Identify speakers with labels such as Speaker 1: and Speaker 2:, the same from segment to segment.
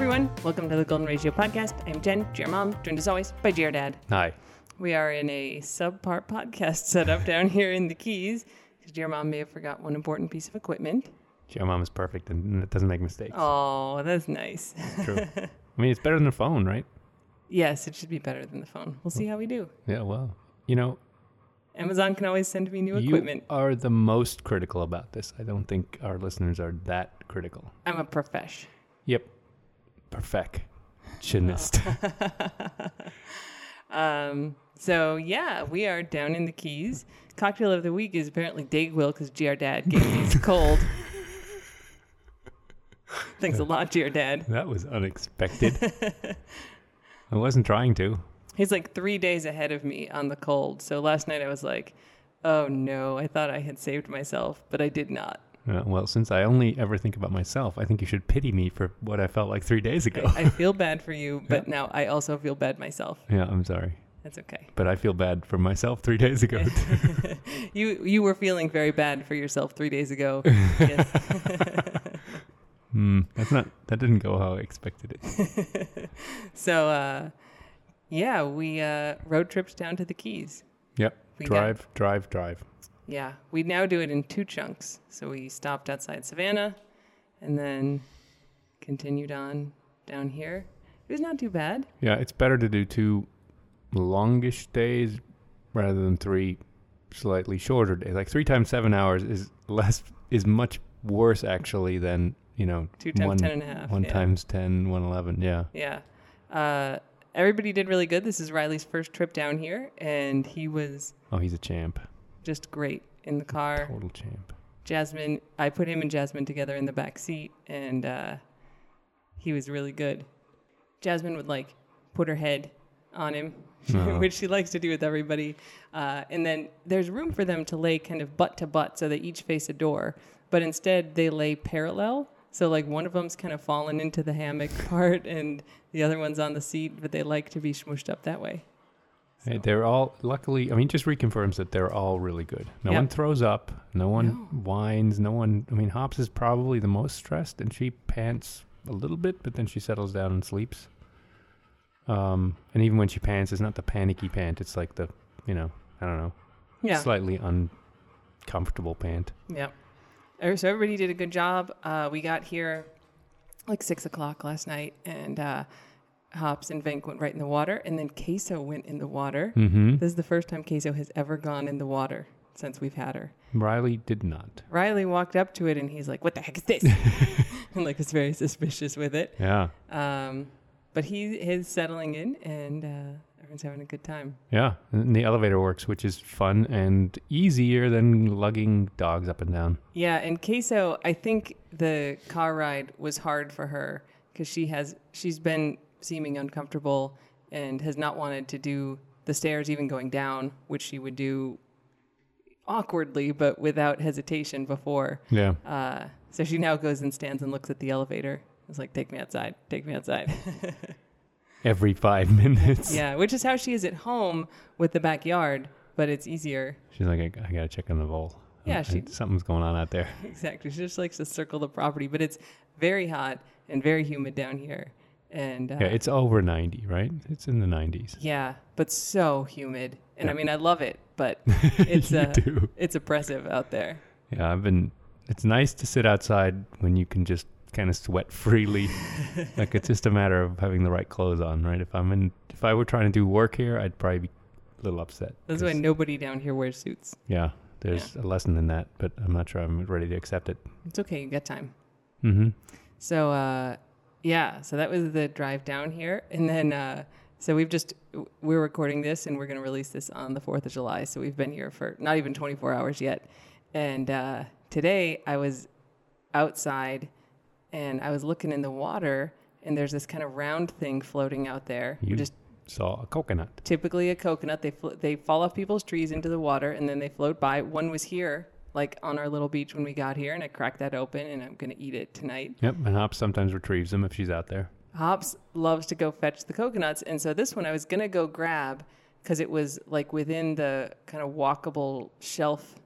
Speaker 1: Welcome to the Golden Ratio podcast. I'm Jen, your mom, joined as always by your dad.
Speaker 2: Hi.
Speaker 1: We are in a subpar podcast setup down here in the Keys because your mom may have forgot one important piece of equipment.
Speaker 2: Your mom is perfect and doesn't make mistakes.
Speaker 1: Oh, that's nice.
Speaker 2: True. I mean, it's better than a phone, right?
Speaker 1: Yes, it should be better than the phone. We'll see how we do.
Speaker 2: Yeah, well, you know,
Speaker 1: Amazon can always send me new equipment.
Speaker 2: you are the most critical about this. I don't think our listeners are that critical.
Speaker 1: I'm a profesh.
Speaker 2: Yep. Perfectionist.
Speaker 1: Um, so yeah, we are down in the Keys. Cocktail of the week is apparently Dayquil because GR Dad gave these cold. Thanks a lot, GR Dad.
Speaker 2: that was unexpected. I wasn't trying to.
Speaker 1: He's like three days ahead of me on the cold. So last night I was like, oh no, I thought I had saved myself, but I did not.
Speaker 2: Uh, well, since I only ever think about myself, I think you should pity me for what I felt like three days ago.
Speaker 1: I feel bad for you, but now I also feel bad myself.
Speaker 2: yeah, I'm sorry.
Speaker 1: That's okay.
Speaker 2: But I feel bad for myself three days ago.
Speaker 1: You you were feeling very bad for yourself three days ago. yes.
Speaker 2: Hmm, that's not, that didn't go how I expected it.
Speaker 1: So uh, yeah, we uh, road trips down to the Keys.
Speaker 2: Yep.
Speaker 1: We got-
Speaker 2: drive, drive, drive.
Speaker 1: Yeah, we now do it in two chunks. So we stopped outside Savannah and then continued on down here. It was not too bad.
Speaker 2: Yeah, it's better to do two longish days rather than three slightly shorter days. Like three times seven hours is less is much worse actually than you know
Speaker 1: Two times
Speaker 2: one,
Speaker 1: ten and a half,
Speaker 2: one
Speaker 1: yeah.
Speaker 2: times ten, one eleven. Yeah,
Speaker 1: Yeah. Uh, everybody did really good. This is Riley's first trip down here, and he was
Speaker 2: oh, he's a champ,
Speaker 1: just great in the car.
Speaker 2: total champ.
Speaker 1: Jasmine, I put him and Jasmine together in the back seat, and uh, he was really good. Jasmine would like put her head on him, which she likes to do with everybody. Uh, and then there's room for them to lay kind of butt to butt so they each face a door, but instead they lay parallel. So like one of them's kind of fallen into the hammock part, and the other one's on the seat, but they like to be smushed up that way.
Speaker 2: Hey, they're all luckily. I mean, just reconfirms that they're all really good. No
Speaker 1: Yep.
Speaker 2: one throws up. No one whines. No one. I mean, Hops is probably the most stressed, and she pants a little bit, but then she settles down and sleeps. Um, and even when she pants, it's not the panicky pant. It's like the, you know, I don't know,
Speaker 1: Yeah.
Speaker 2: slightly uncomfortable pant.
Speaker 1: Yeah. Er, So everybody did a good job. Uh, we got here like six o'clock last night, and uh, Hops and Vink went right in the water, and then Queso went in the water.
Speaker 2: Mm-hmm.
Speaker 1: This is the first time Queso has ever gone in the water since we've had her.
Speaker 2: Riley did not.
Speaker 1: Riley walked up to it, and he's like, "What the heck is this?" and like was very suspicious with it.
Speaker 2: Yeah,
Speaker 1: Um, but he is settling in, and uh, everyone's having a good time.
Speaker 2: yeah. And the elevator works, which is fun and easier than lugging dogs up and down.
Speaker 1: Yeah, and Queso, I think the car ride was hard for her because she has she's been seeming uncomfortable and has not wanted to do the stairs, even going down, which she would do awkwardly but without hesitation before.
Speaker 2: Yeah.
Speaker 1: Uh, so she now goes and stands and looks at the elevator. It's like, take me outside, take me outside.
Speaker 2: Every five minutes.
Speaker 1: yeah, which is how she is at home with the backyard, but it's easier.
Speaker 2: She's like, I, I gotta check on the bowl.
Speaker 1: Yeah,
Speaker 2: I-
Speaker 1: she-
Speaker 2: something's going on out there.
Speaker 1: Exactly. She just likes to circle the property, but it's very hot and very humid down here. And uh,
Speaker 2: Yeah, it's over ninety, right? It's in the nineties.
Speaker 1: yeah, but so humid. And I
Speaker 2: Yeah.
Speaker 1: mean, I love it, but it's
Speaker 2: You
Speaker 1: uh,
Speaker 2: do.
Speaker 1: it's oppressive out there.
Speaker 2: Yeah, I've been. It's nice to sit outside when you can just kind of sweat freely. like it's just a matter of having the right clothes on, right? If I'm in, if I were trying to do work here, I'd probably be a little upset.
Speaker 1: That's why
Speaker 2: 'cause-
Speaker 1: nobody down here wears suits.
Speaker 2: Yeah, there's a lesson in that, but I'm not sure I'm ready to accept it.
Speaker 1: It's okay. You got time.
Speaker 2: Mm-hmm.
Speaker 1: So uh, yeah, so that was the drive down here, and then uh, so we've just we're recording this, and we're going to release this on the Fourth of July. So we've been here for not even 24 hours yet, and uh, today I was outside, and I was looking in the water, and there's this kind of round thing floating out there,
Speaker 2: You
Speaker 1: just
Speaker 2: saw a coconut.
Speaker 1: typically a coconut. They flo- they fall off people's trees into the water, and then they float by. One was here. Like on our little beach when we got here, and I cracked that open, and I'm gonna eat it tonight.
Speaker 2: Yep, and Hops sometimes retrieves them if she's out there.
Speaker 1: Hops loves to go fetch the coconuts, and so this one I was gonna go grab because it was like within the kind of walkable shelf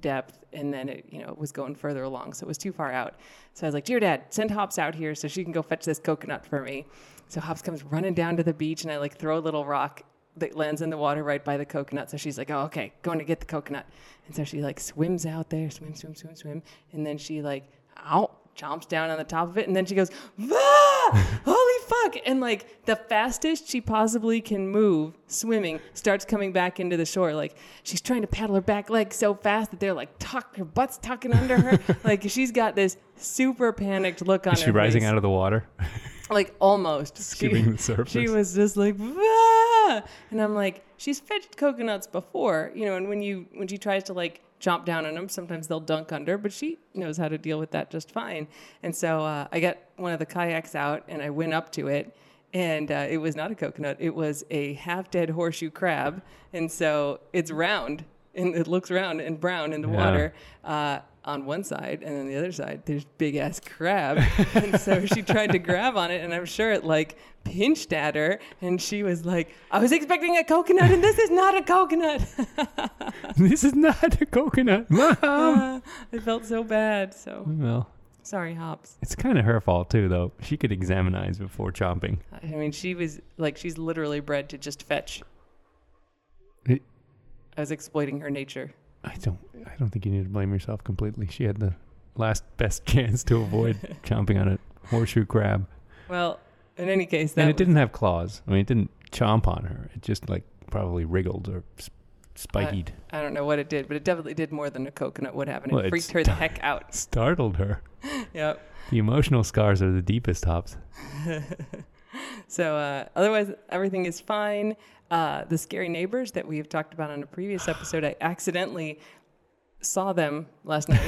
Speaker 1: depth and then it you know was going further along so it was too far out so i was like dear dad send hops out here so she can go fetch this coconut for me so hops comes running down to the beach and i like throw a little rock that lands in the water right by the coconut so she's like oh okay going to get the coconut and so she like swims out there swim swim swim swim and then she like ow chomps down on the top of it and then she goes "Vah! holy fuck and like the fastest she possibly can move swimming starts coming back into the shore like she's trying to paddle her back leg so fast that they're like tucked her butt's tucking under her like she's got this super panicked look on
Speaker 2: Is
Speaker 1: her
Speaker 2: she rising
Speaker 1: face.
Speaker 2: out of the water?
Speaker 1: like almost
Speaker 2: Skimming the surface.
Speaker 1: she was just like "Vah!" and i'm like she's fetched coconuts before you know and when you when she tries to like chomp down on them sometimes they'll dunk under but she knows how to deal with that just fine and so uh, i got one of the kayaks out and i went up to it and uh, it was not a coconut it was a half dead horseshoe crab and so it's round and it looks round and brown in the
Speaker 2: Yeah.
Speaker 1: water uh, on one side, and then the other side, there's big ass crab. and so she tried to grab on it, and I'm sure it like pinched at her, and she was like, "I was expecting a coconut, and this is not a coconut."
Speaker 2: this is not a coconut, mom.
Speaker 1: Uh, I felt so bad. So
Speaker 2: well,
Speaker 1: sorry, Hops.
Speaker 2: it's kind of her fault too, though. She could examine eyes before chomping.
Speaker 1: I mean, she was like, she's literally bred to just fetch.
Speaker 2: I
Speaker 1: I was exploiting her nature.
Speaker 2: I don't. I don't think you need to blame yourself completely. She had the last best chance to avoid chomping on a horseshoe crab,
Speaker 1: Well, in any case, that
Speaker 2: and it
Speaker 1: was-
Speaker 2: didn't have claws. I mean, it didn't chomp on her. It just like probably wriggled or sp- spikied,
Speaker 1: I don't know what it did, but it definitely did more than a coconut would have, and
Speaker 2: Well,
Speaker 1: it
Speaker 2: it's
Speaker 1: freaked her the heck out.
Speaker 2: startled her.
Speaker 1: Yep.
Speaker 2: The emotional scars are the deepest hops.
Speaker 1: So uh, otherwise, everything is fine. Uh, the scary neighbors that we have talked about on a previous episode, I accidentally saw them last night.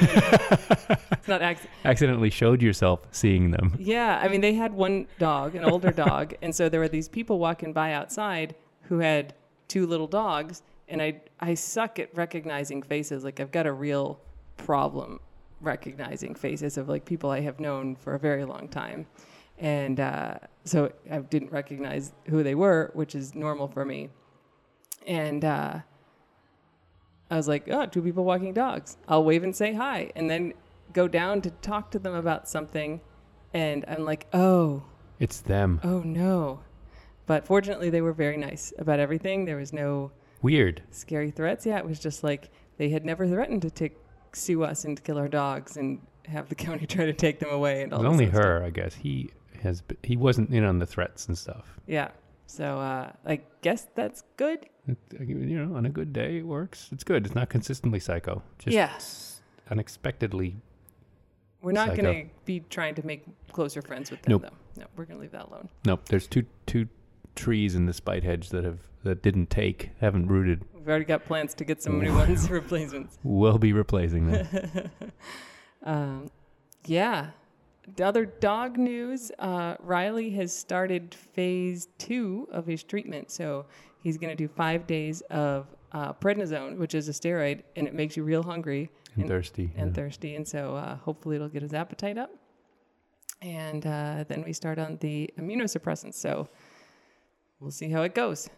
Speaker 1: it's not acc-
Speaker 2: Accidentally showed yourself seeing them.
Speaker 1: yeah, I mean, they had one dog, an older dog, and so there were these people walking by outside who had two little dogs, and I I suck at recognizing faces. Like I've got a real problem recognizing faces of like people I have known for a very long time, and uh, so I didn't recognize who they were, which is normal for me, and. Uh, I was like, oh, two people walking dogs. I'll wave and say hi, and then go down to talk to them about something. And I'm like, oh,
Speaker 2: It's them.
Speaker 1: oh no. But fortunately, they were very nice about everything. There was no
Speaker 2: Weird.
Speaker 1: scary threats. Yeah, it was just like they had never threatened to take, sue us and kill our dogs and have the county try to take them away. And all
Speaker 2: It was
Speaker 1: this
Speaker 2: only
Speaker 1: sort of stuff.
Speaker 2: her, I guess. He has. b- He wasn't in on the threats and stuff.
Speaker 1: Yeah. So uh, I guess that's good.
Speaker 2: It, you know, on a good day, it works. It's good. It's not consistently psycho. Just
Speaker 1: Yeah.
Speaker 2: unexpectedly
Speaker 1: We're not
Speaker 2: Psycho.
Speaker 1: going to be trying to make closer friends with them,
Speaker 2: Nope.
Speaker 1: though. No, we're going to leave that alone.
Speaker 2: Nope. There's two two trees in the spite hedge that have that didn't take, haven't rooted.
Speaker 1: We've already got plans to get some new ones, replacements.
Speaker 2: We'll be replacing them.
Speaker 1: Um, yeah. The other dog news uh, Riley has started phase two of his treatment. So he's going to do five days of uh, prednisone, which is a steroid, and it makes you real hungry
Speaker 2: I'm thirsty.
Speaker 1: and
Speaker 2: yeah.
Speaker 1: thirsty. And so uh, hopefully it'll get his appetite up. And uh, then we start on the immunosuppressants. So we'll see how it goes.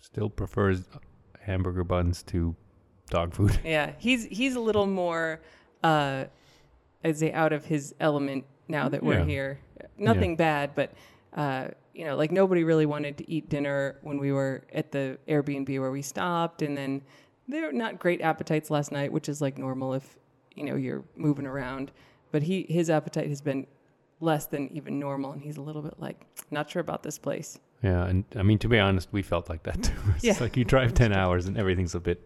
Speaker 2: Still prefers hamburger buns to dog food.
Speaker 1: Yeah, he's he's a little more, uh, I'd say, out of his element now that we're
Speaker 2: Yeah.
Speaker 1: here. Nothing bad, but uh, you know, like nobody really wanted to eat dinner when we were at the Airbnb where we stopped, and then there were not great appetites last night, which is like normal if you know you're moving around. But he his appetite has been less than even normal, and he's a little bit like not sure about this place.
Speaker 2: Yeah, and I mean to be honest, we felt like that too. It's
Speaker 1: Yeah.
Speaker 2: like you drive ten hours and everything's a bit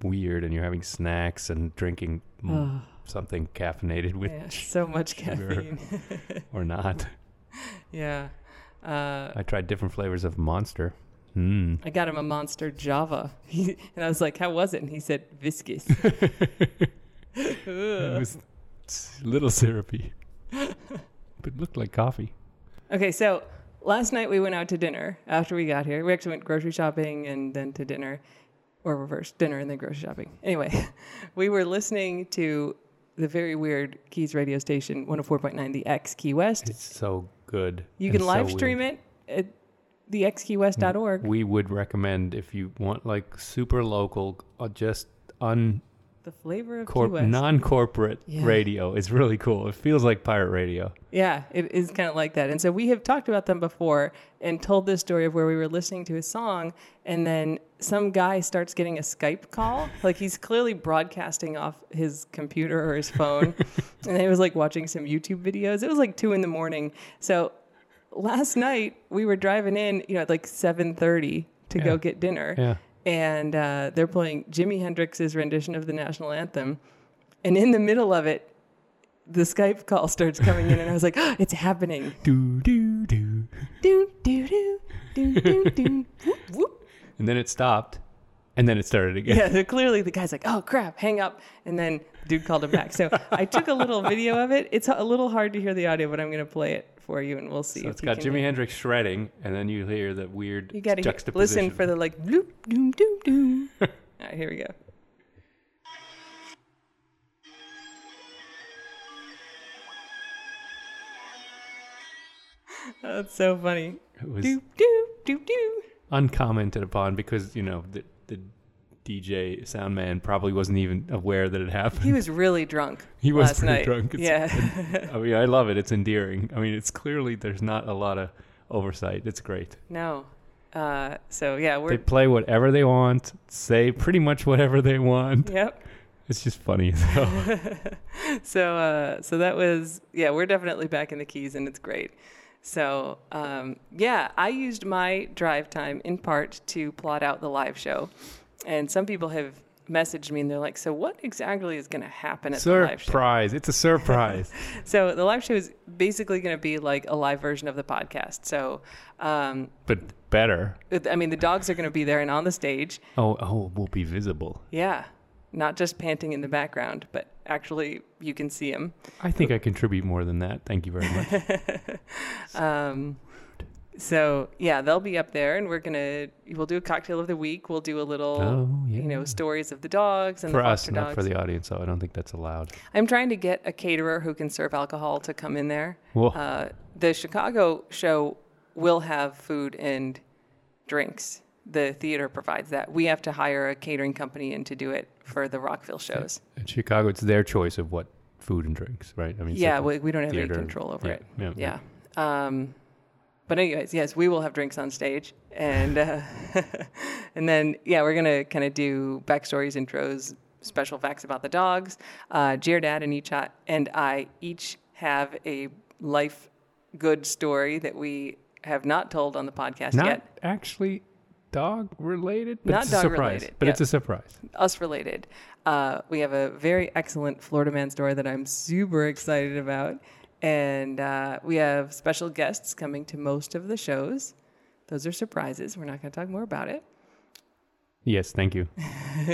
Speaker 2: weird, and you're having snacks and drinking mm, something caffeinated with
Speaker 1: yeah, so much
Speaker 2: sugar.
Speaker 1: caffeine.
Speaker 2: or not.
Speaker 1: yeah. Uh,
Speaker 2: I tried different flavors of Monster. Mm.
Speaker 1: I got him a monster Java. He, and I was like, how was it? And he said, viscous.
Speaker 2: It was s- a little syrupy, but it looked like coffee.
Speaker 1: okay, so last night we went out to dinner after we got here. We actually went grocery shopping and then to dinner, or reverse dinner and then grocery shopping. Anyway, we were listening to the very weird Keys radio station, 104.9, the X Key West.
Speaker 2: It's so good.
Speaker 1: You
Speaker 2: and
Speaker 1: can
Speaker 2: so
Speaker 1: live stream
Speaker 2: weird. Mm.
Speaker 1: it at thexkeywest.org.
Speaker 2: We would recommend if you want like super local, uh, just un
Speaker 1: the flavor of Key
Speaker 2: Corp-
Speaker 1: West.
Speaker 2: non-corporate
Speaker 1: Yeah.
Speaker 2: radio is really cool. It feels like pirate radio.
Speaker 1: Yeah, it is kind of like that. And so we have talked about them before and told this story of where we were listening to a song and then some guy starts getting a Skype call. Like he's clearly broadcasting off his computer or his phone. and he was like watching some YouTube videos. It was like two in the morning. So last night we were driving in, you know, at like seven thirty to
Speaker 2: Yeah.
Speaker 1: go get dinner.
Speaker 2: Yeah.
Speaker 1: And uh, they're playing Jimi Hendrix's rendition of the national anthem. And in the middle of it, the Skype call starts coming in, and I was like, "Ah, "It's happening!"
Speaker 2: Do do do.
Speaker 1: Do do do do do do. Whoop, whoop.
Speaker 2: And then it stopped, and then it started again.
Speaker 1: Yeah, so clearly the guy's like, "Oh crap, hang up," and then dude called him back. So I took a little video of it. It's a little hard to hear the audio, but I'm going to play it for you, and we'll see.
Speaker 2: So
Speaker 1: if
Speaker 2: it's
Speaker 1: you
Speaker 2: got
Speaker 1: can
Speaker 2: Jimi
Speaker 1: hear-
Speaker 2: Hendrix shredding, and then you hear the weird
Speaker 1: You got to
Speaker 2: juxtaposition.
Speaker 1: listen for the like bloop doom doom doom. All right, here we go. That's so funny.
Speaker 2: it was
Speaker 1: Doop doop doop doop.
Speaker 2: uncommented upon because you know the the DJ sound man probably wasn't even aware that it happened.
Speaker 1: He was really drunk.
Speaker 2: He was
Speaker 1: last
Speaker 2: pretty
Speaker 1: night.
Speaker 2: drunk. It's-
Speaker 1: Yeah.
Speaker 2: I mean, I love it. It's endearing. I mean, it's clearly there's not a lot of oversight. It's great.
Speaker 1: no. Uh, so yeah,
Speaker 2: They
Speaker 1: we're
Speaker 2: play whatever they want, say pretty much whatever they want.
Speaker 1: yep.
Speaker 2: It's just funny. So.
Speaker 1: So uh, so that was yeah, we're definitely back in the keys and it's great. So um, yeah, I used my drive time in part to plot out the live show, and some people have messaged me and they're like, "So what exactly is going to happen at the live show?"
Speaker 2: surprise. It's a surprise.
Speaker 1: So the live show is basically going to be like a live version of the podcast. So um,
Speaker 2: but better.
Speaker 1: I mean, the dogs are going to be there and on the stage.
Speaker 2: Oh, oh, we'll be visible.
Speaker 1: Yeah. Not just panting in the background, but actually you can see him.
Speaker 2: I think I contribute more than that. Thank you very much.
Speaker 1: Um, so yeah, they'll be up there and we're going to, we'll do a cocktail of the week. We'll do a little,
Speaker 2: Oh,
Speaker 1: you know,
Speaker 2: yeah.
Speaker 1: stories of the dogs and
Speaker 2: for
Speaker 1: the
Speaker 2: us,
Speaker 1: foster
Speaker 2: not
Speaker 1: dogs.
Speaker 2: for the audience, though. I don't think that's allowed.
Speaker 1: I'm trying to get a caterer who can serve alcohol to come in there.
Speaker 2: Whoa.
Speaker 1: Uh, the Chicago show will have food and drinks. The theater provides that. We have to hire a catering company in to do it for the Rockville shows.
Speaker 2: In Chicago, it's their choice of what food and drinks, right? I mean, it's
Speaker 1: yeah,
Speaker 2: like
Speaker 1: we, we don't have
Speaker 2: theater-
Speaker 1: any control over
Speaker 2: yeah,
Speaker 1: it.
Speaker 2: yeah, yeah.
Speaker 1: Yeah. Um, but anyways, yes, we will have drinks on stage, and uh, and then yeah, we're gonna kind of do backstories, intros, special facts about the dogs. Uh, Dad and each and I each have a life good story that we have not told on the podcast
Speaker 2: not
Speaker 1: yet,
Speaker 2: actually dog related, but
Speaker 1: Not
Speaker 2: it's
Speaker 1: dog
Speaker 2: a surprise.
Speaker 1: related,
Speaker 2: But
Speaker 1: yeah.
Speaker 2: it's a surprise.
Speaker 1: us related. Uh, we have a very excellent Florida man story that I'm super excited about, and uh, we have special guests coming to most of the shows. Those are surprises. We're not going to talk more about it.
Speaker 2: Yes, thank you.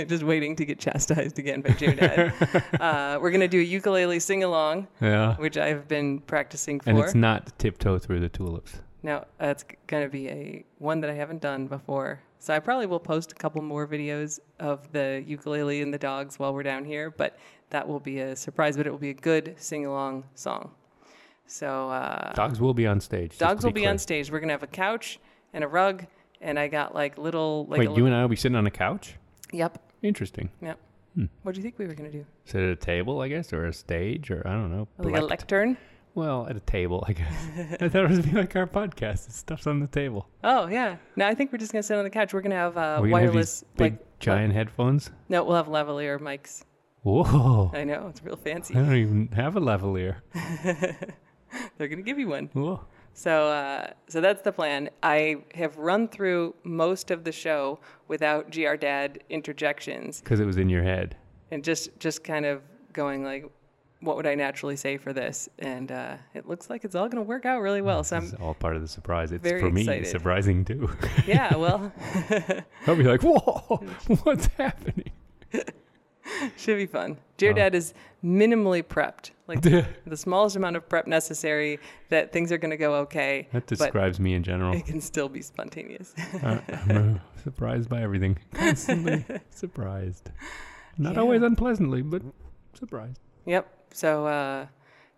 Speaker 1: Just waiting to get chastised again by Judad. uh, we're going to do a ukulele sing along,
Speaker 2: Yeah.
Speaker 1: which I've been practicing for.
Speaker 2: And it's not tiptoe through the tulips.
Speaker 1: Now that's going to be a one that I haven't done before. So I probably will post a couple more videos of the ukulele and the dogs while we're down here, but that will be a surprise. But it will be a good sing along song. So uh,
Speaker 2: Dogs will be on stage. just
Speaker 1: dogs
Speaker 2: to
Speaker 1: will be
Speaker 2: clear.
Speaker 1: on stage. We're gonna have a couch and a rug, and I got like little like
Speaker 2: Wait,
Speaker 1: a
Speaker 2: you
Speaker 1: little,
Speaker 2: and I will be sitting on a couch?
Speaker 1: yep
Speaker 2: Interesting.
Speaker 1: yep.
Speaker 2: Hmm.
Speaker 1: What do you think we were gonna do?
Speaker 2: Sit at a table, I guess, or a stage, or I don't know.
Speaker 1: Like a
Speaker 2: elect-
Speaker 1: lectern?
Speaker 2: well, at a table, I guess. I thought it was be like our podcast. It's stuff's on the table.
Speaker 1: Oh yeah. No, I think we're just gonna sit on the couch. We're gonna have uh,
Speaker 2: Are we gonna have
Speaker 1: wireless
Speaker 2: these big
Speaker 1: like
Speaker 2: giant headphones.
Speaker 1: no, we'll have lavalier mics.
Speaker 2: Whoa!
Speaker 1: I know it's real fancy.
Speaker 2: I don't even have a lavalier.
Speaker 1: They're gonna give you one.
Speaker 2: Whoa!
Speaker 1: So, uh, so that's the plan. I have run through most of the show without GR Dad interjections
Speaker 2: Because it was in your head.
Speaker 1: and just just kind of going like, what would I naturally say for this? And uh, it looks like it's all going to work out really well. So
Speaker 2: It's
Speaker 1: I'm,
Speaker 2: all part of the surprise. It's
Speaker 1: very
Speaker 2: for me
Speaker 1: excited.
Speaker 2: surprising too.
Speaker 1: yeah. Well,
Speaker 2: I'll be like, "Whoa! What's happening?"
Speaker 1: should be fun. GR Dad is minimally prepped, like the smallest amount of prep necessary that things are going to go okay.
Speaker 2: That
Speaker 1: but
Speaker 2: describes me in general.
Speaker 1: it can still be spontaneous.
Speaker 2: I- I'm uh, surprised by everything. Constantly surprised. Not
Speaker 1: Yeah.
Speaker 2: always unpleasantly, but surprised.
Speaker 1: Yep. So uh,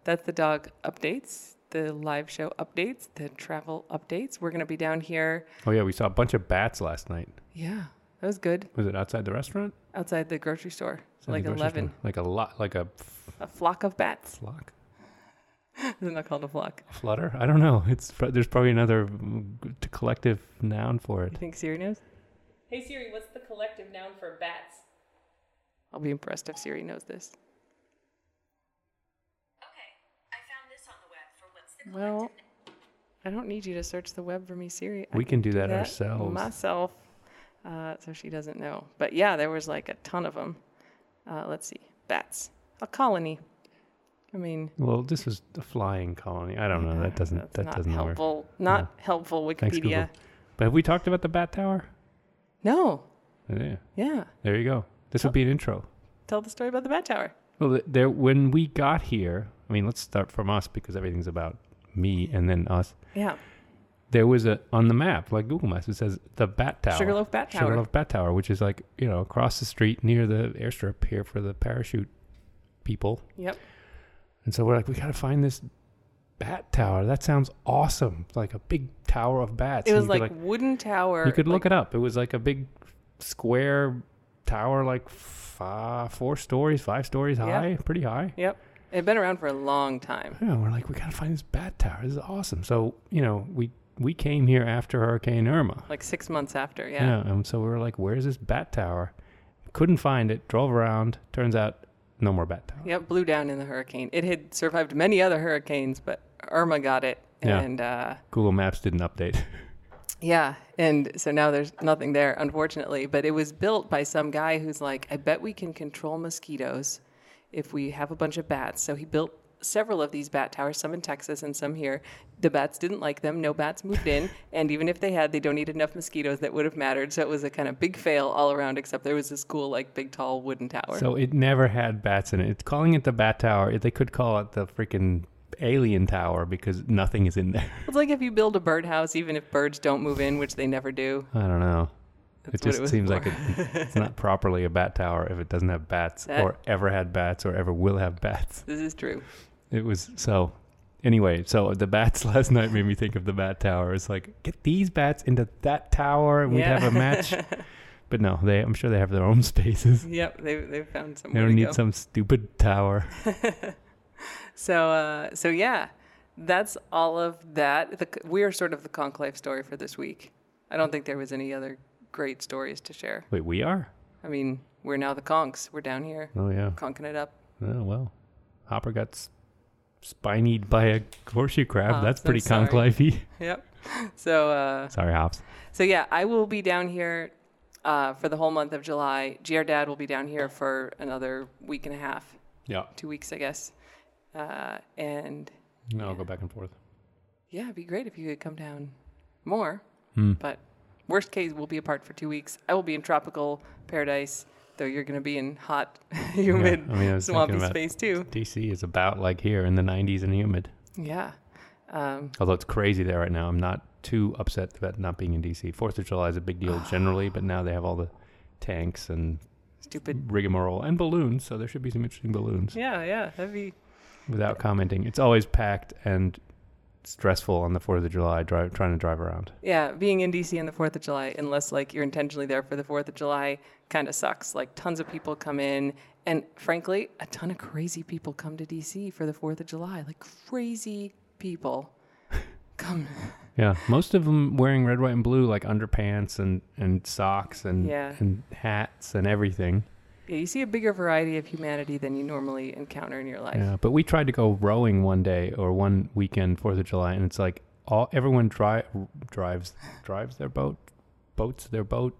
Speaker 1: that's the dog updates, the live show updates, the travel updates. We're going to be down here.
Speaker 2: Oh yeah, we saw a bunch of bats last night.
Speaker 1: Yeah. That was good.
Speaker 2: Was it outside the restaurant?
Speaker 1: Outside the grocery store,
Speaker 2: Outside the
Speaker 1: like
Speaker 2: grocery store?
Speaker 1: 11.
Speaker 2: Like a lot, like a f-
Speaker 1: A flock of bats.
Speaker 2: flock,
Speaker 1: They're not called a flock.
Speaker 2: a flutter. I don't know. It's pro- there's probably another mm, g- collective noun for
Speaker 1: You
Speaker 2: it.
Speaker 1: think Siri knows?
Speaker 3: Hey Siri, what's the collective noun for bats?
Speaker 1: I'll be impressed if Siri knows this.
Speaker 3: Okay, I found this on the web for what's the
Speaker 1: Well, I don't need you to search the web for me, Siri. I
Speaker 2: We can do that ourselves.
Speaker 1: Myself, uh, so she doesn't know. But yeah, there was like a ton of them. Uh, let's see, bats, a colony. I mean,
Speaker 2: Well, this is a flying colony. I don't know. That doesn't.
Speaker 1: that's
Speaker 2: that
Speaker 1: not
Speaker 2: doesn't work.
Speaker 1: helpful. Not helpful.
Speaker 2: Thanks, Google.
Speaker 1: Wikipedia.
Speaker 2: But have we talked about the bat tower?
Speaker 1: No.
Speaker 2: Yeah.
Speaker 1: Yeah.
Speaker 2: There you go. This
Speaker 1: Oh.
Speaker 2: would be an intro.
Speaker 1: Tell the story about the bat tower.
Speaker 2: Well, th- there when we got here, I mean, let's start from us because everything's about me and then us.
Speaker 1: Yeah.
Speaker 2: There was a on the map, like Google Maps, it says the Bat Tower,
Speaker 1: Sugarloaf Bat Tower.
Speaker 2: Sugarloaf Bat Tower, which is like you know across the street near the airstrip here for the parachute people.
Speaker 1: Yep.
Speaker 2: And so we're like, we gotta find this bat tower. That sounds awesome, like a big tower of bats.
Speaker 1: It
Speaker 2: And
Speaker 1: was
Speaker 2: you could,
Speaker 1: like, wooden tower.
Speaker 2: you could look it up. It was like a big square tower, like five, four stories, five stories high, pretty high.
Speaker 1: Yep. It had been around for a long time.
Speaker 2: Yeah, we're like, we gotta find this bat tower. This is awesome. So you know, we we came here after Hurricane Irma.
Speaker 1: Like six months after. Yeah.
Speaker 2: Yeah. And so we were like, where's this bat tower? Couldn't find it. Drove around. Turns out, no more bat tower.
Speaker 1: Yep, blew down in the hurricane. It had survived many other hurricanes, but Irma got it,
Speaker 2: Yeah.
Speaker 1: and uh,
Speaker 2: Google Maps didn't update.
Speaker 1: yeah, and so now there's nothing there, unfortunately. But it was built by some guy who's like, I bet we can control mosquitoes if we have a bunch of bats. So he built several of these bat towers, some in Texas and some here. The bats didn't like them. No bats moved in, and even if they had, they don't eat enough mosquitoes that would have mattered. So it was a kind of big fail all around. Except there was this cool, like, big tall wooden tower.
Speaker 2: So it never had bats in it. It's calling it the Bat Tower. They could call it the freaking Alien Tower because nothing is in there.
Speaker 1: It's like if you build a birdhouse, even if birds don't move in, which they never do.
Speaker 2: I don't know. it
Speaker 1: what
Speaker 2: just
Speaker 1: it was
Speaker 2: seems
Speaker 1: for.
Speaker 2: like it, it's not properly a bat tower if it doesn't have bats
Speaker 1: That-
Speaker 2: or ever had bats or ever will have bats.
Speaker 1: This is true.
Speaker 2: It was so. Anyway, so the bats last night made me think of the bat tower. It's like get these bats into that tower and
Speaker 1: Yeah.
Speaker 2: we'd have a match. but no, they I'm sure they have their own spaces.
Speaker 1: Yep, they they found
Speaker 2: They
Speaker 1: somewhere
Speaker 2: don't
Speaker 1: to
Speaker 2: need
Speaker 1: go.
Speaker 2: some stupid tower.
Speaker 1: so uh, so yeah, that's all of that. The, c- we are sort of the conclave story for this week. I don't think there was any other great stories to share.
Speaker 2: Wait, we are?
Speaker 1: I mean, we're now the conks. We're down here
Speaker 2: Oh yeah.
Speaker 1: conking it up.
Speaker 2: Oh well, Hopper got s- spinied by a horseshoe crab.
Speaker 1: Hops,
Speaker 2: That's
Speaker 1: I'm
Speaker 2: pretty
Speaker 1: Oh, sorry.
Speaker 2: conclavey.
Speaker 1: Yep. So uh,
Speaker 2: sorry, Hops.
Speaker 1: So yeah, I will be down here uh, for the whole month of July. GR Dad will be down here for another week and a half,
Speaker 2: Yeah.
Speaker 1: two weeks, I guess. Uh, and
Speaker 2: No, I'll go back and forth.
Speaker 1: yeah, it'd be great if you could come down more.
Speaker 2: Hmm.
Speaker 1: But worst case, we'll be apart for two weeks. I will be in tropical paradise, though you're going to be in hot, humid,
Speaker 2: I mean, I was thinking
Speaker 1: swampy
Speaker 2: about-
Speaker 1: space too.
Speaker 2: DC is about like here in the 90s and humid.
Speaker 1: Yeah. Um,
Speaker 2: Although it's crazy there right now. I'm not too upset about not being in DC. Fourth of July is a big deal generally, but now they have all the tanks and
Speaker 1: stupid.
Speaker 2: rigmarole and balloons, so there should be some interesting balloons.
Speaker 1: Yeah, yeah, that'd be
Speaker 2: Without commenting, it's always packed and stressful on the Fourth of July dri trying to drive around.
Speaker 1: Yeah, being in DC on the 4th of July, unless like you're intentionally there for the 4th of July, kind of sucks. Like tons of people come in and frankly, a ton of crazy people come to DC for the 4th of July. Like crazy people come.
Speaker 2: Yeah, most of them wearing red, white, and blue, like underpants and and socks and
Speaker 1: Yeah.
Speaker 2: and hats and everything.
Speaker 1: Yeah, you see a bigger variety of humanity than you normally encounter in your life.
Speaker 2: Yeah, but we tried to go rowing one day or one weekend Fourth of July, and it's like all everyone dri- drives drives their boat, boats their boat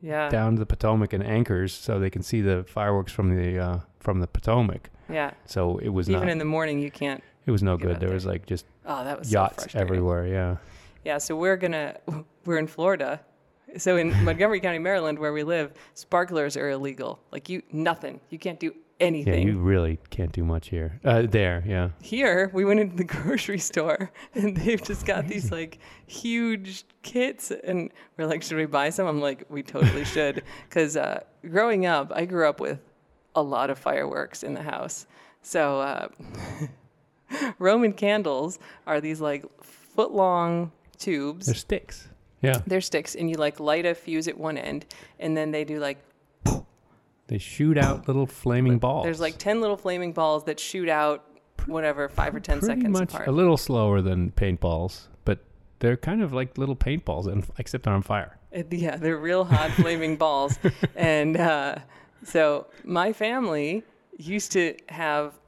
Speaker 1: Yeah.
Speaker 2: down to the Potomac and anchors so they can see the fireworks from the uh, from the Potomac.
Speaker 1: yeah.
Speaker 2: So it was
Speaker 1: Even
Speaker 2: not
Speaker 1: in the morning you can't.
Speaker 2: it was no
Speaker 1: get
Speaker 2: good.
Speaker 1: out
Speaker 2: There
Speaker 1: there.
Speaker 2: was like just
Speaker 1: Oh, that was so
Speaker 2: yachts
Speaker 1: frustrating.
Speaker 2: everywhere. Yeah,
Speaker 1: Yeah, so we're gonna we're in Florida. So in Montgomery County, Maryland, where we live, sparklers are illegal. Like you nothing. You can't do
Speaker 2: yeah,
Speaker 1: anything.
Speaker 2: you really can't do much here. Uh, there, yeah.
Speaker 1: Here, we went into the grocery store and they've just got these like huge kits and we're like, should we buy some? I'm like, we totally should cuz uh growing up, I grew up with a lot of fireworks in the house. So uh Roman candles are these like foot long tubes.
Speaker 2: There's sticks. Yeah.
Speaker 1: They're sticks, and you like light a fuse at one end, and then they do like
Speaker 2: They shoot out little flaming balls.
Speaker 1: there's like ten little flaming balls that shoot out whatever five or ten
Speaker 2: pretty
Speaker 1: seconds
Speaker 2: much
Speaker 1: apart.
Speaker 2: a little slower than paintballs, but they're kind of like little paintballs, and except they're on fire.
Speaker 1: Uh, Yeah, they're real hot flaming balls. And uh, so my family used to have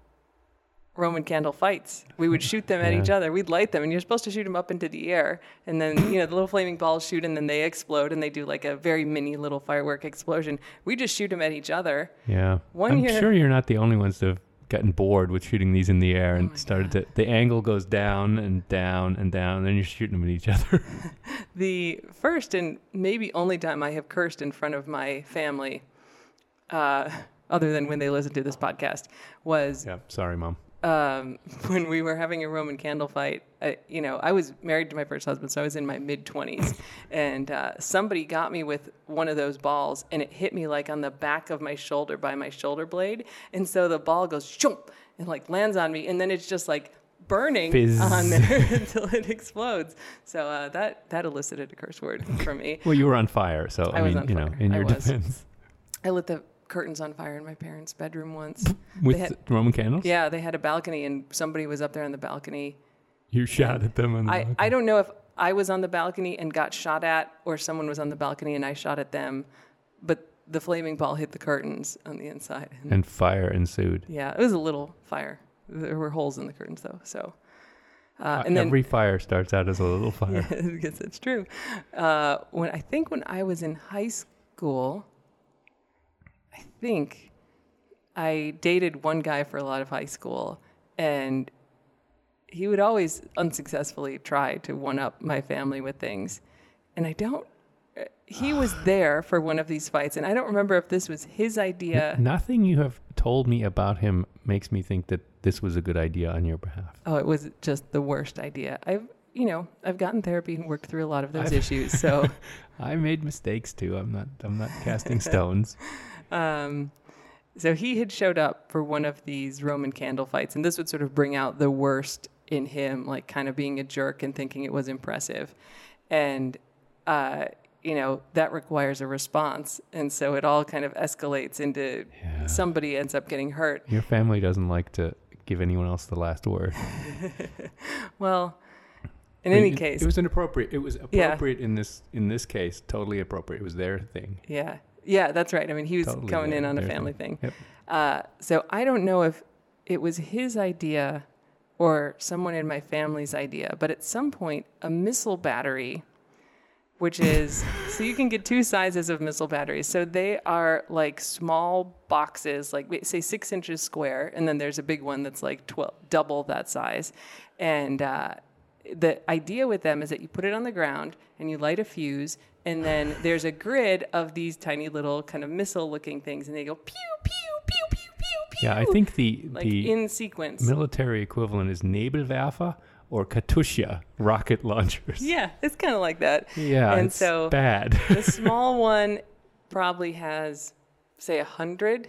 Speaker 1: Roman candle fights. We would shoot them at each
Speaker 2: Yeah.
Speaker 1: other. We'd light them, and you're supposed to shoot them up into the air. And then, you know, the little flaming balls shoot, and then they explode, and they do like a very mini little firework explosion. We just shoot them at each other.
Speaker 2: Yeah.
Speaker 1: One
Speaker 2: I'm
Speaker 1: year-
Speaker 2: sure you're not the only ones to have gotten bored with shooting these in the
Speaker 1: Oh,
Speaker 2: air and started to. The angle goes down and down and down, and then you're shooting them at each other.
Speaker 1: The first and maybe only time I have cursed in front of my family, uh, other than when they listened to this podcast, was
Speaker 2: yeah. Sorry, mom.
Speaker 1: um, when we were having a Roman candle fight, I, you know, I was married to my first husband, so I was in my mid 20s. And uh, somebody got me with one of those balls, and it hit me like on the back of my shoulder by my shoulder blade. And so the ball goes shomp and like lands on me, and then it's just like burning
Speaker 2: Fizz.
Speaker 1: on there until it explodes. So uh, that, that elicited a curse word from me.
Speaker 2: Well, you were on fire, so I,
Speaker 1: I was
Speaker 2: mean,
Speaker 1: on
Speaker 2: you know,
Speaker 1: fire.
Speaker 2: in
Speaker 1: I
Speaker 2: your
Speaker 1: was.
Speaker 2: defense,
Speaker 1: I lit the curtains on fire in my parents' bedroom once.
Speaker 2: with
Speaker 1: had-
Speaker 2: Roman candles,
Speaker 1: Yeah, they had a balcony, and somebody was up there on the balcony.
Speaker 2: you shot at them. And
Speaker 1: I, I don't know if I was on the balcony and got shot at, or someone was on the balcony and I shot at them, but the flaming ball hit the curtains on the inside. And
Speaker 2: and fire ensued.
Speaker 1: yeah, it was a little fire. There were holes in the curtains though, so. Uh, and then
Speaker 2: Every fire starts out as a little fire.
Speaker 1: I guess that's true. Uh, when I think when I was in high school, I think I dated one guy for a lot of high school, and he would always unsuccessfully try to one up my family with things, and I don't. uh, He was there for one of these fights, and I don't remember if this was his idea.
Speaker 2: Nothing you have told me about him makes me think that this was a good idea on your behalf.
Speaker 1: Oh, it was just the worst idea. I've, you know, I've gotten therapy and worked through a lot of those
Speaker 2: I've-
Speaker 1: issues, so.
Speaker 2: I made mistakes too. I'm not. I'm not casting stones.
Speaker 1: Um, so he had showed up for one of these Roman candle fights, and this would sort of bring out the worst in him, like kind of being a jerk and thinking it was impressive. And, uh, you know, that requires a response. And so it all kind of escalates into
Speaker 2: Yeah.
Speaker 1: somebody ends up getting hurt.
Speaker 2: Your family doesn't like to give anyone else the last word.
Speaker 1: Well, in
Speaker 2: I mean,
Speaker 1: any
Speaker 2: it-
Speaker 1: case,
Speaker 2: it was inappropriate. It was appropriate in this in this case. Totally appropriate. It was their thing.
Speaker 1: yeah. Yeah, that's right. I mean, he was
Speaker 2: Totally
Speaker 1: coming
Speaker 2: their-
Speaker 1: in on a
Speaker 2: their
Speaker 1: family thing.
Speaker 2: Yep.
Speaker 1: Uh, so I don't know if it was his idea or someone in my family's idea, but at some point, a missile battery, which is so you can get two sizes of missile batteries. So they are like small boxes, like wait, say six inches square, and then there's a big one that's like 12, double that size. And uh, the idea with them is that you put it on the ground and you light a fuse, and then there's a grid of these tiny little kind of missile looking things, and they go pew, pew, pew, pew, pew, pew.
Speaker 2: Yeah, I think the
Speaker 1: Like
Speaker 2: the
Speaker 1: in sequence.
Speaker 2: military equivalent is Nebelwerfer or Katusha rocket launchers.
Speaker 1: yeah, it's kind of like that.
Speaker 2: Yeah,
Speaker 1: and
Speaker 2: it's
Speaker 1: so
Speaker 2: bad.
Speaker 1: the small one probably has say 100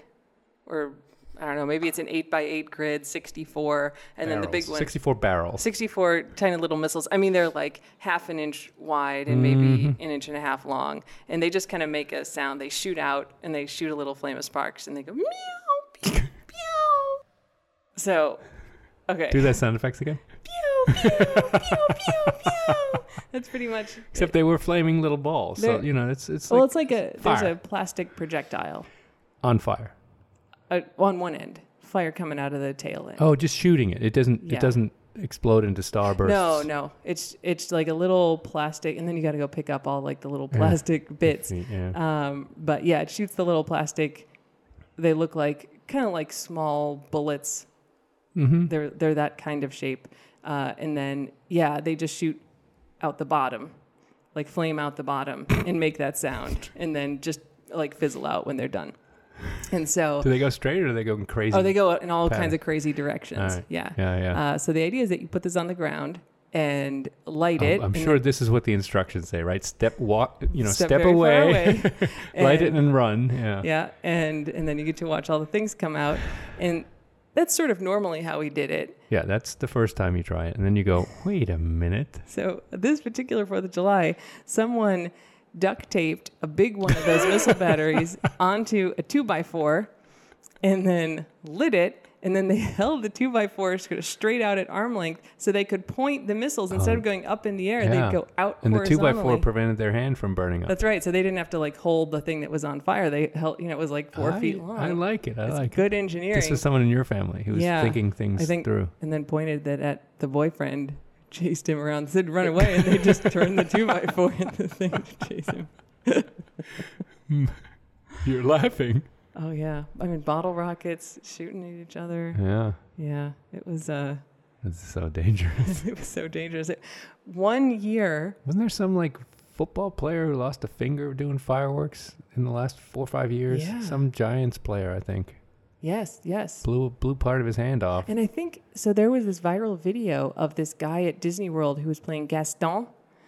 Speaker 1: or i don't know maybe it's an 8 by 8 grid 64 and then the big
Speaker 2: Barrels.
Speaker 1: one
Speaker 2: Sixty-four barrels.
Speaker 1: 64 tiny little missiles i mean they're like half an inch wide and maybe
Speaker 2: Mm-hmm.
Speaker 1: an inch and a half long and they just kind of make a sound they shoot out and they shoot a little flame of sparks and they go meow pew pew so okay
Speaker 2: Do that sound effects again.
Speaker 1: pew pew pew pew pew that's pretty much
Speaker 2: Except they were flaming little balls. so
Speaker 1: They're-
Speaker 2: you know, it's it's like
Speaker 1: well it's like a there's
Speaker 2: fire.
Speaker 1: a plastic projectile
Speaker 2: on fire.
Speaker 1: uh, on one end, fire coming out of the tail end.
Speaker 2: Oh, just shooting it. It doesn't.
Speaker 1: Yeah.
Speaker 2: It doesn't explode into starbursts.
Speaker 1: no, no, it's it's like a little plastic, and then you got to go pick up all like the little plastic bits.
Speaker 2: Yeah.
Speaker 1: Um, but yeah, it shoots the little plastic. They look like kind of like small bullets. They're they're that kind of shape, uh, and then yeah, they just shoot out the bottom, like flame out the bottom, and make that sound, and then just like fizzle out when they're done. And so
Speaker 2: Do they go straight or do they go crazy?
Speaker 1: Oh, they go in all kinds
Speaker 2: pattern.
Speaker 1: of crazy directions.
Speaker 2: All right.
Speaker 1: Yeah.
Speaker 2: Yeah, yeah.
Speaker 1: Uh, so the idea is that you put this on the ground and light
Speaker 2: I'm-
Speaker 1: it.
Speaker 2: I'm
Speaker 1: and
Speaker 2: sure
Speaker 1: then
Speaker 2: this is what the instructions say, right? Step walk, you know, step,
Speaker 1: very far
Speaker 2: away,
Speaker 1: away.
Speaker 2: light it
Speaker 1: And-
Speaker 2: and run. Yeah.
Speaker 1: Yeah, and and then you get to watch all the things come out, and that's sort of normally how he did it.
Speaker 2: Yeah, that's the first time you try it. And then you go, wait a minute.
Speaker 1: So this particular Fourth of July, someone duct taped a big one of those missile batteries onto a two by four, and then lit it. And then they held the two by four sort of straight out at arm length, so they could point the missiles instead of going up in the air,
Speaker 2: Oh. yeah.
Speaker 1: they'd go out
Speaker 2: And the two by
Speaker 1: horizontally.
Speaker 2: four prevented their hand from burning up.
Speaker 1: That's right. So they didn't have to like hold the thing that was on fire. They held, you know, it was like four
Speaker 2: I,
Speaker 1: feet long.
Speaker 2: I like it. I
Speaker 1: It's
Speaker 2: like
Speaker 1: good
Speaker 2: it.
Speaker 1: engineering.
Speaker 2: This was someone in your family who was
Speaker 1: Yeah.
Speaker 2: thinking things
Speaker 1: I think,
Speaker 2: through.
Speaker 1: and then pointed that at the boyfriend, chased him around, said run away, and they just turned the two by four in the thing to chase him.
Speaker 2: You're laughing.
Speaker 1: Oh yeah, I mean bottle rockets shooting at each other.
Speaker 2: Yeah.
Speaker 1: Yeah, it was uh,
Speaker 2: That's so dangerous.
Speaker 1: it was so dangerous. It, one year,
Speaker 2: Wasn't there some like football player who lost a finger doing fireworks in the last four or five years?
Speaker 1: Yeah.
Speaker 2: Some Giants player, I think,
Speaker 1: yes, yes,
Speaker 2: blew blew part of his hand off.
Speaker 1: And I think so. There was this viral video of this guy at Disney World who was playing Gaston,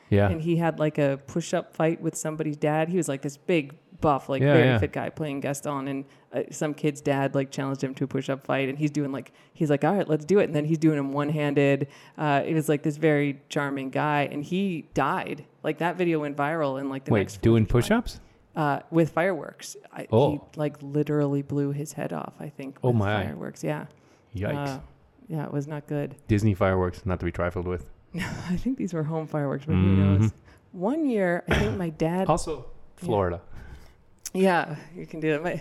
Speaker 2: Yeah.
Speaker 1: and he had like a push-up fight with somebody's dad. He was like this big buff, like
Speaker 2: Yeah,
Speaker 1: very
Speaker 2: yeah.
Speaker 1: fit guy playing Gaston, and uh, some kid's dad like challenged him to a push-up fight, and he's doing like he's like, all right, let's do it, and then he's doing him one-handed. Uh, it was like this very charming guy, and he died. Like that video went viral, and like the
Speaker 2: Wait,
Speaker 1: next
Speaker 2: doing push-ups?
Speaker 1: uh, with fireworks, I, he
Speaker 2: Oh.
Speaker 1: like literally blew his head off. I think.
Speaker 2: Oh,
Speaker 1: with
Speaker 2: my.
Speaker 1: Fireworks, yeah.
Speaker 2: Yikes!
Speaker 1: Uh, yeah, it was not good.
Speaker 2: Disney fireworks, not to be trifled with.
Speaker 1: I think these were home fireworks, but
Speaker 2: Mm-hmm.
Speaker 1: who knows? One year, I think my dad.
Speaker 2: Also, Florida.
Speaker 1: yeah, you can do that. My,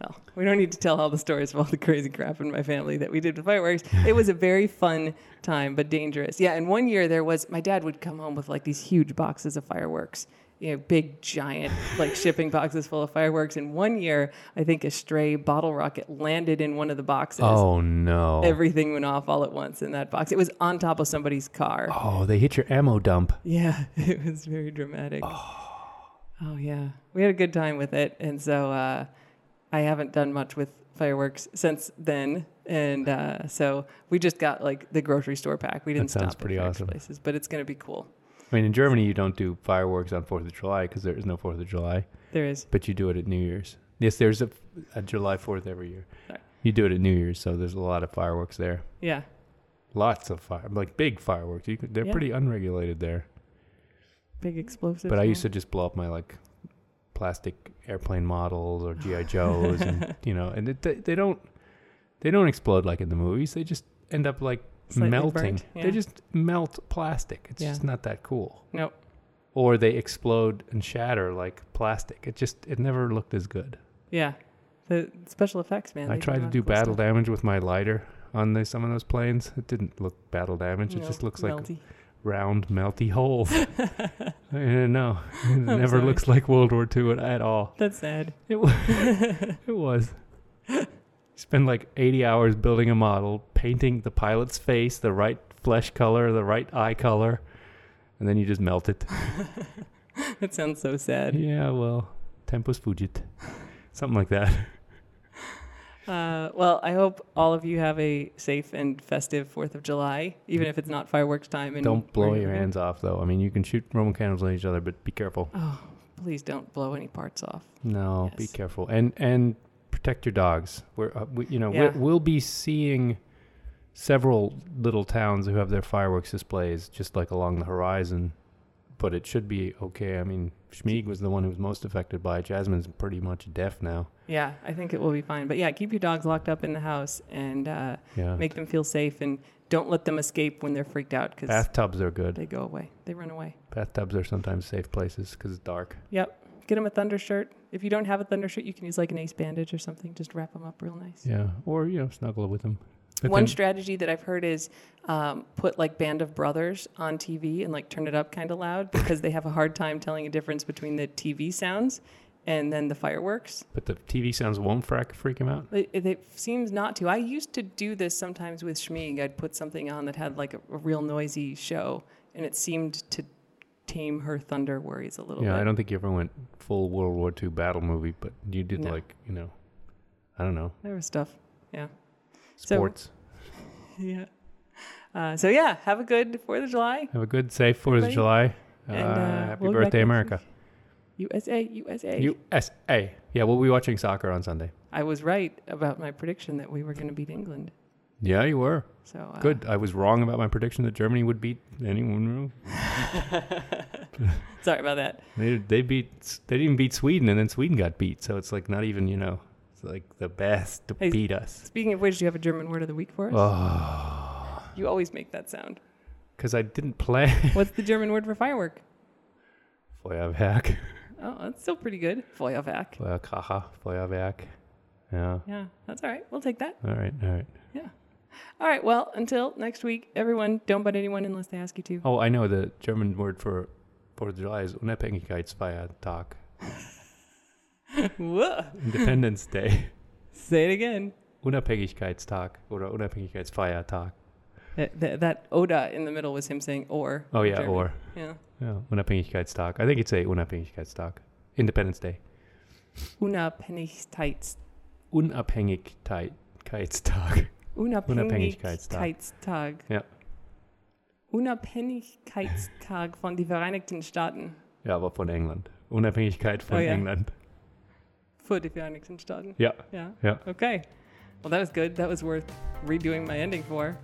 Speaker 1: well, we don't need to tell all the stories of all the crazy crap in my family that we did with fireworks. It was a very fun time, but dangerous. Yeah, and one year there was my dad would come home with like these huge boxes of fireworks. You know, big giant like shipping boxes full of fireworks. And one year, I think a stray bottle rocket landed in one of the boxes.
Speaker 2: Oh no!
Speaker 1: Everything went off all at once in that box. It was on top of somebody's car.
Speaker 2: oh, they hit your ammo dump.
Speaker 1: Yeah, it was very dramatic. Oh. yeah, we had a good time with it, and so uh, I haven't done much with fireworks since then. And uh, so we just got like the grocery store pack. We didn't stop
Speaker 2: sounds
Speaker 1: at
Speaker 2: pretty
Speaker 1: various
Speaker 2: awesome.
Speaker 1: places, but it's gonna be cool.
Speaker 2: I mean, in Germany, you don't do fireworks on Fourth of July because there is no Fourth of July,
Speaker 1: There is
Speaker 2: but you do it at New Year's. Yes, there's a, a July Fourth every year.
Speaker 1: Right.
Speaker 2: You do it at New Year's, so there's a lot of fireworks there.
Speaker 1: yeah,
Speaker 2: Lots of fire, like big fireworks. You could, they're
Speaker 1: Yeah.
Speaker 2: pretty unregulated there.
Speaker 1: big explosives.
Speaker 2: But I
Speaker 1: yeah.
Speaker 2: used to just blow up my like plastic airplane models or GI Joes, and you know, and it, they, they don't they don't explode like in the movies. They just end up like
Speaker 1: Slightly
Speaker 2: melting.
Speaker 1: burnt, yeah.
Speaker 2: They just melt plastic. It's
Speaker 1: Yeah.
Speaker 2: just not that cool.
Speaker 1: Nope.
Speaker 2: Or they explode and shatter like plastic. It just it never looked as good.
Speaker 1: yeah, the special effects man.
Speaker 2: I
Speaker 1: they
Speaker 2: tried
Speaker 1: a lot
Speaker 2: to
Speaker 1: of
Speaker 2: do
Speaker 1: cool
Speaker 2: battle
Speaker 1: stuff.
Speaker 2: damage with my lighter on the, some of those planes. It didn't look battle damage. It
Speaker 1: No,
Speaker 2: just looks like
Speaker 1: melty.
Speaker 2: round, melty holes. I don't know. Eh, It never
Speaker 1: sorry.
Speaker 2: looks like World War II at, at all.
Speaker 1: That's sad.
Speaker 2: It was. it was. Spend like 80 hours building a model, painting the pilot's face, the right flesh color, the right eye color, and then you just melt it.
Speaker 1: That sounds so sad.
Speaker 2: yeah, well, tempus fugit. Something like that.
Speaker 1: Uh, well, I hope all of you have a safe and festive Fourth of July, even if it's not fireworks time. And
Speaker 2: Don't blow
Speaker 1: we're-
Speaker 2: your hands off, though. I mean, you can shoot Roman candles at each other, but be careful.
Speaker 1: Oh, please don't blow any parts off.
Speaker 2: No, be
Speaker 1: Yes.
Speaker 2: careful and and protect your dogs. We're uh, we, you know
Speaker 1: Yeah.
Speaker 2: we're, we'll be seeing several little towns who have their fireworks displays just like along the horizon, but it should be okay. I mean, Schmieg was the one who was most affected by it. Jasmine's pretty much deaf now.
Speaker 1: Yeah, I think it will be fine. But yeah, keep your dogs locked up in the house and uh,
Speaker 2: Yeah,
Speaker 1: make them feel safe and don't let them escape when they're freaked out because
Speaker 2: bathtubs are good.
Speaker 1: they go away. They run away.
Speaker 2: Bathtubs are sometimes safe places because it's dark.
Speaker 1: Yep. Get them a thunder shirt. If you don't have a thunder shirt, you can use like an ace bandage or something. Just wrap them up real nice.
Speaker 2: Yeah, or you know snuggle with them. But
Speaker 1: One
Speaker 2: then-
Speaker 1: strategy that I've heard is um, put like Band of Brothers on TV and like turn it up kind of loud because they have a hard time telling a difference between the TV sounds and then the fireworks.
Speaker 2: but the TV sounds won't frack, freak him out.
Speaker 1: It, it, it seems not to. I used to do this sometimes with Schmieg. I'd put something on that had like a, a real noisy show, and it seemed to tame her thunder worries a little
Speaker 2: Yeah,
Speaker 1: bit.
Speaker 2: I don't think you ever went full World War II battle movie, but you did
Speaker 1: No.
Speaker 2: like you know, I don't know,
Speaker 1: there was stuff. Yeah. So-
Speaker 2: sports.
Speaker 1: Yeah. Uh, so yeah, have a good Fourth of July.
Speaker 2: Have a good, safe Fourth of
Speaker 1: Everybody.
Speaker 2: July.
Speaker 1: And,
Speaker 2: uh,
Speaker 1: uh,
Speaker 2: happy
Speaker 1: we'll be back
Speaker 2: birthday,
Speaker 1: next
Speaker 2: America.
Speaker 1: USA, USA.
Speaker 2: USA. Yeah, we'll be watching soccer on Sunday.
Speaker 1: I was right about my prediction that we were going to beat England.
Speaker 2: Yeah, you were.
Speaker 1: So uh,
Speaker 2: Good. I was wrong about my prediction that Germany would beat anyone.
Speaker 1: Sorry about that.
Speaker 2: They they beat they didn't beat Sweden, and then Sweden got beat. So it's like not even you know. It's like the best to
Speaker 1: Hey.
Speaker 2: beat us.
Speaker 1: Speaking of which, do you have a German word of the week for us? You always make that sound.
Speaker 2: Because I didn't play
Speaker 1: What's the German word for firework?
Speaker 2: Feuerwerk.
Speaker 1: Oh, that's still pretty good. Feuerwerk.
Speaker 2: Feuerkacher. Feuerwerk. Yeah.
Speaker 1: Yeah, that's all right. We'll take that.
Speaker 2: All right. All right.
Speaker 1: Yeah. All right. Well, until next week, everyone, don't butt anyone unless they ask you to.
Speaker 2: Oh, I know the German word for Fourth of July is Unabhängigkeitsfeiertag,
Speaker 1: Whoa.
Speaker 2: Independence Day,
Speaker 1: Say it again.
Speaker 2: Unabhängigkeitstag oder Unabhängigkeitsfeiertag.
Speaker 1: That, that, that Oda in the middle was him saying or.
Speaker 2: Oh
Speaker 1: in
Speaker 2: yeah,
Speaker 1: German.
Speaker 2: or
Speaker 1: Yeah.
Speaker 2: yeah, Unabhängigkeitstag. I think it's a Unabhängigkeitstag, Independence Day,
Speaker 1: Unabhängigkeits.
Speaker 2: Unabhängigkeitstag.
Speaker 1: Unabhängigkeitstag.
Speaker 2: Ja.
Speaker 1: Unabhängigkeitstag von den Vereinigten Staaten.
Speaker 2: Ja, aber von England. Unabhängigkeit von
Speaker 1: Oh, ja.
Speaker 2: England.
Speaker 1: Für die Vereinigten Staaten.
Speaker 2: Ja,
Speaker 1: Yeah.
Speaker 2: ja.
Speaker 1: Okay. Well, that was good. That was worth redoing my ending for.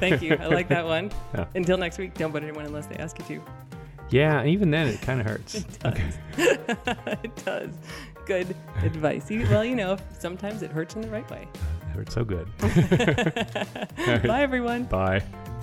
Speaker 1: Thank you. I like that one.
Speaker 2: Yeah.
Speaker 1: Until next week, don't butt anyone unless they ask you
Speaker 2: Yeah, even then it kind of hurts.
Speaker 1: to. it does. Good advice. You, well, you know, sometimes it hurts in the right way.
Speaker 2: It hurts so good.
Speaker 1: Bye, everyone.
Speaker 2: Bye.